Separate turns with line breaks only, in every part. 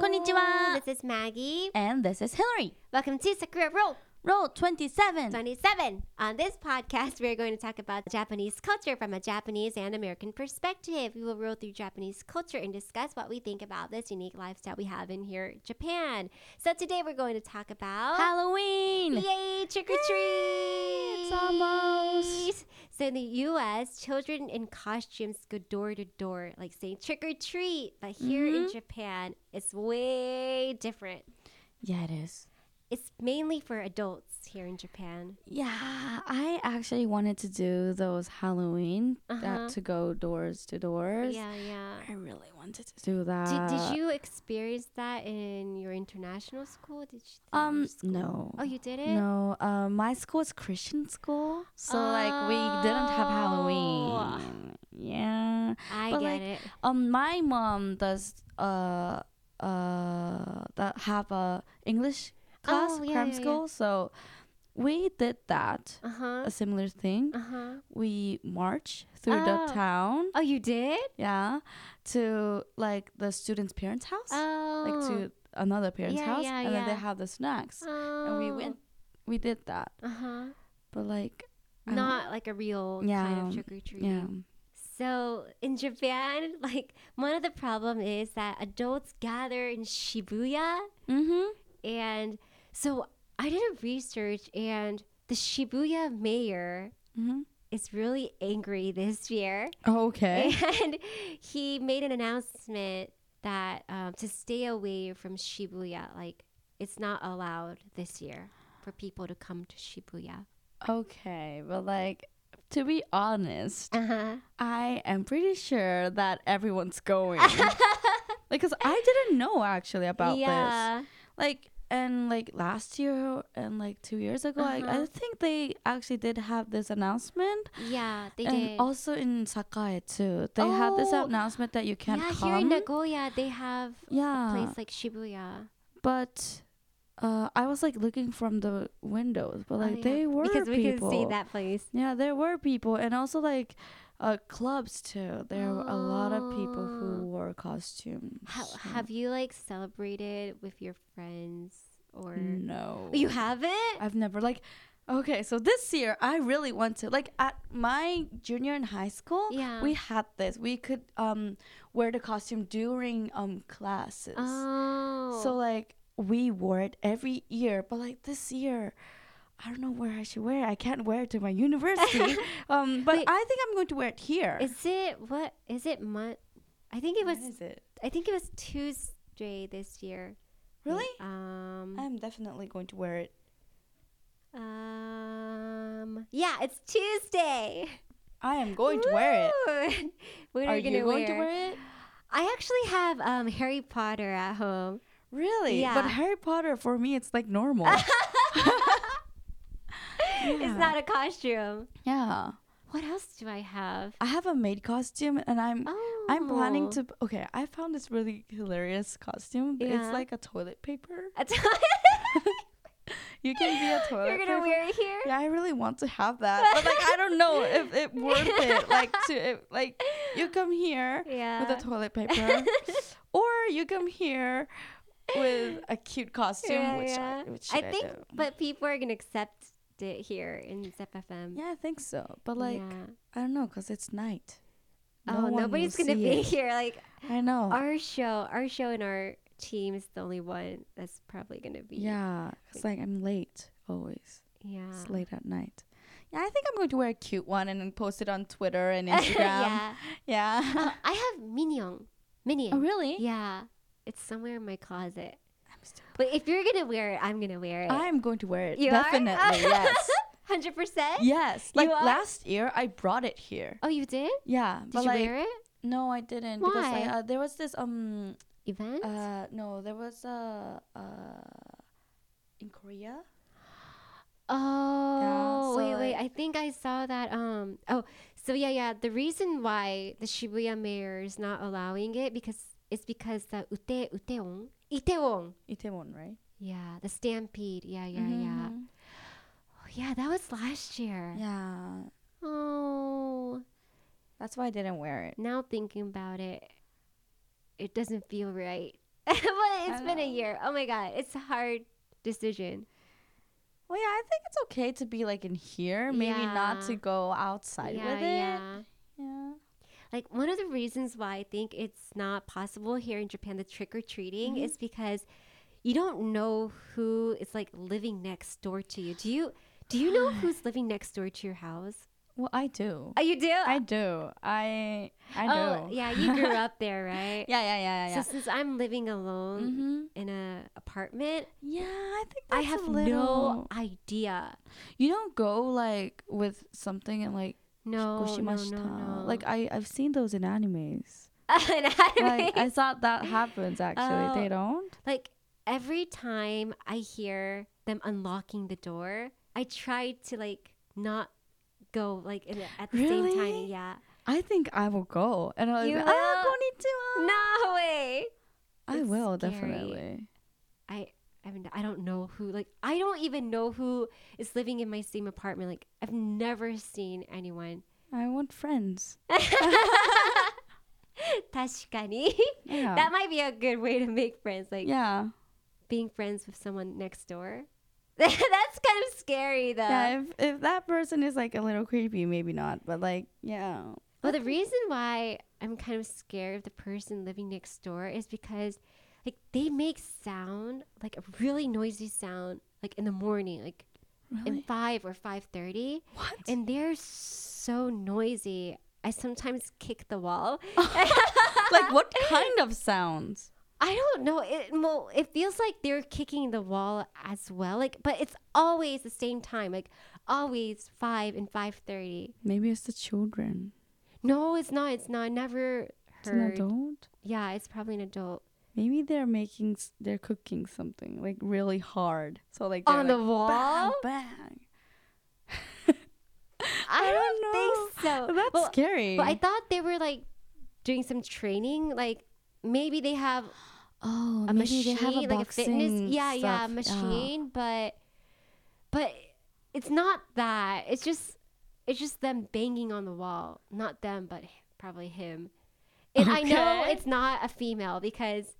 Konnichiwa.
This is Maggie.
And this is Hillary.
Welcome to Sakura Roll
Roll 27.
27. On this podcast, we are going to talk about Japanese culture from a Japanese and American perspective. We will roll through Japanese culture and discuss what we think about this unique lifestyle we have in here, Japan. So today we're going to talk about
Halloween.
Yay, trick or treat!
it's almost.
So in the U.S., children in costumes go door to door, like saying trick or treat. But here in
Mm-hmm.
Japan, it's way different.
Yeah, it is.
It's mainly for adults here in Japan.
Yeah, I actually wanted to do those Halloween
Uh-huh.
that to go doors to doors.
Yeah, yeah.
I really wanted to do that.
Did, did you experience that in your international school? Did you? in your
Um,
school?
no.
Oh, you did it.
No, uh, my school is Christian school, so like we didn't have
Oh.
Halloween. Yeah.
I
But,
get
like,
it.
Um, my mom does uh uh that have a English class
Oh, yeah,
cram
yeah, yeah.
school, so we did that
Uh huh.
a similar thing.
Uh huh.
We march through
Oh.
the town,
Oh, you did.
yeah, to like the students' parents' house,
Oh.
like to another parent's
Yeah,
house,
yeah,
and then
yeah.
they have the snacks,
Oh.
and we went, we did that,
Uh huh.
but like I don't-
Not like a real kind
Um, Yeah,
of trick or treat.
yeah.
So in Japan, like one of the problem is that adults gather in Shibuya,
Mm-hmm.
and so I did a research, and the Shibuya mayor
Mm-hmm.
is really angry this year,
Okay.
and he made an announcement that um, to stay away from Shibuya, like it's not allowed this year for people to come to Shibuya.
Okay, but like to be honest,
Uh huh.
I am pretty sure that everyone's going. because I didn't know actually about this.
yeah.
Like and like last year and like two years ago, I, I
Uh-huh.
think they actually did have this announcement.
Yeah, they
and
did.
also in Sakae too, they had this
Oh.
announcement that you can't
yeah,
come.
here in Nagoya, they have
yeah,
a place like Shibuya.
but uh, I was like looking from the windows, but like
Oh, yeah.
they were
because we
people.
can see that place.
Yeah, there were people, and also like uh, clubs too. There were a lot of people
Oh.
who wore costumes.
Ha-
so-
have you like celebrated with your friends or
Mm. no?
you haven't?
I've never like. Okay, so this year I really want to like at my junior in high school.
Yeah.
we had this. We could um wear the costume during um classes.
Oh,
So like we wore it every year, but like this year, I don't know where I should wear. it. I can't wear it to my university. um, but
Wait.
I think I'm going to wear it here.
is it what? Is it month? I think it was.
When is it?
I think it was Tuesday this year.
Really?
Um.
I'm definitely going to wear it.
Um. Yeah, it's Tuesday.
I am going to wear it.
Ooh. what are,
Are
you gonna
you going
wear?
to wear it?
I actually have um, Harry Potter at home.
Really?
Yeah.
But Harry Potter for me, it's like normal.
It's
Oh. Yeah.
not a costume.
yeah.
What else do I have?
I have a maid costume, and I'm
Oh,
I'm planning to. Okay, I found this really hilarious costume.
Yeah.
It's like a toilet paper.
A to-
You can be a toilet.
You're gonna
paper.
wear it here.
Yeah, I really want to have that, but like I don't know if it worth it. Like to if, like you come here with
Yeah.
a toilet paper, or you come here with a cute costume,
Yeah,
which
yeah.
I, which
I
should I
think,
do?
but people are gonna accept it here in ZFM.
yeah, I think so. But like
Yeah.
I don't know, cause it's night. No
oh,
one will
nobody's gonna
see
be
it. Oh.
here. Like
I know.
our show, our show and our team is the only one that's probably gonna be.
yeah, it's like I'm late always.
Yeah.
It's late at night. Yeah, I think I'm going to wear a cute one and then post it on Twitter and Instagram.
yeah.
yeah.
I have Minion. Minion.
oh really?
Yeah. It's somewhere in my closet.
I'm still
But if you're gonna wear it, I'm gonna wear it.
I'm going to wear it.
You are?
Definitely, yes.
Hundred percent.
Yes.
You
Like
are?
last year, I brought it here.
Oh, you did?
Yeah.
Did
but
you
like,
wear it?
No, I didn't. Because like,
Why?
uh, there was this, um,
Event?
uh, no, there was a, uh, in Korea.
oh,
so,
wait, wait.
like-
I think I saw that. Um. Oh, so yeah, yeah. The reason why the Shibuya mayor is not allowing it because it's because the Ute Uteon Itaewon.
Itaewon, right?
Yeah, the stampede. Yeah, yeah, yeah.
Mhm.
Oh, yeah, that was last year.
Mm-hmm. Yeah.
Oh,
That's why I didn't wear it.
now thinking about it, it doesn't feel right. well, it's
I
been a
know.
year. Oh my god, it's a hard decision.
Well, yeah, I think it's okay to be like in here, maybe not
Yeah.
to go outside with it. Yeah.
Like one of the reasons why I think it's not possible here in Japan, the trick or treating
Mhm.
is because you don't know who is like living next door to you. Do you? Do you know who's living next door to your house?
Well, I do.
Oh, you do.
I do. I I
oh,
do.
yeah. You grew up there, right?
Yeah, yeah, yeah, yeah. yeah.
So since I'm living alone
hmm
in a apartment,
Yeah, I think
I
that's a
have no
little-
idea.
You don't go like with something and like
No, no,
goshimashita.
no, no.
Like I I've seen those in animes.
an anime.
Like I thought that happens actually.
Oh.
They don't.
Like every time I hear them unlocking the door, I try to like not go like in the, at the same time.
Really?
Yeah.
I think I will go and I'll be
You
like, ah, konnichiwa."
No way.
I
It's scary.
will definitely.
I I mean I don't know who like I don't even know who is living in my same apartment. Like I've never seen anyone.
I want friends.
確かに
Yeah.
That might be a good way to make friends. Like
Oh. yeah.
being friends with someone next door. That's kind of scary though.
yeah. If if that person is like a little creepy, maybe not. But like, yeah.
Well, the reason why I'm kind of scared of the person living next door is because, like, they make sound like a really noisy sound, like in the morning, like in five or five thirty,
What?
and they're so noisy. I sometimes kick the wall.
like what kind of sounds?
I don't know. It well, it feels like they're kicking the wall as well. Like, but it's always the same time. Like, always five and five thirty.
Maybe it's the children.
No, it's not. It's not. I never
It's an
heard.
adult.
yeah, it's probably an adult.
Maybe they're making, s- they're cooking something like really hard. So like
on
they're
the
like,
wall?
bang, bang.
I,
I
don't,
don't
think so.
That's
Well,
scary.
But I thought they were like doing some training. Like maybe they have
oh,
a machine, like a fitness, yeah, yeah, machine. But but it's not that. It's just it's just them banging on the wall. Not them, but h- probably him. And I know
Okay.
it's not a female because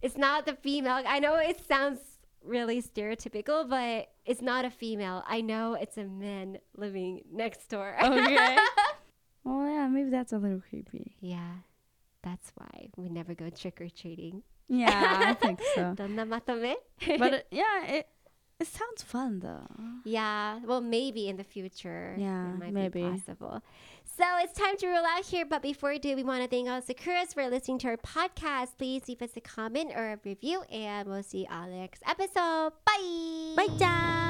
it's not the female. I know it sounds really stereotypical, but it's not a female. I know it's a man living next door.
Oh, Okay. Well, yeah, maybe that's a little creepy.
Yeah, that's why we never go trick or treating.
Yeah, I think so. But it, yeah, it it sounds fun though.
yeah, well, maybe in the future.
Yeah,
it might
maybe.
be possible. So it's time to roll out here. But before we do, we want to thank all Sakuras for listening to our podcast. Please leave us a comment or a review, and we'll see you on the next episode. Bye.
Bye, Jack.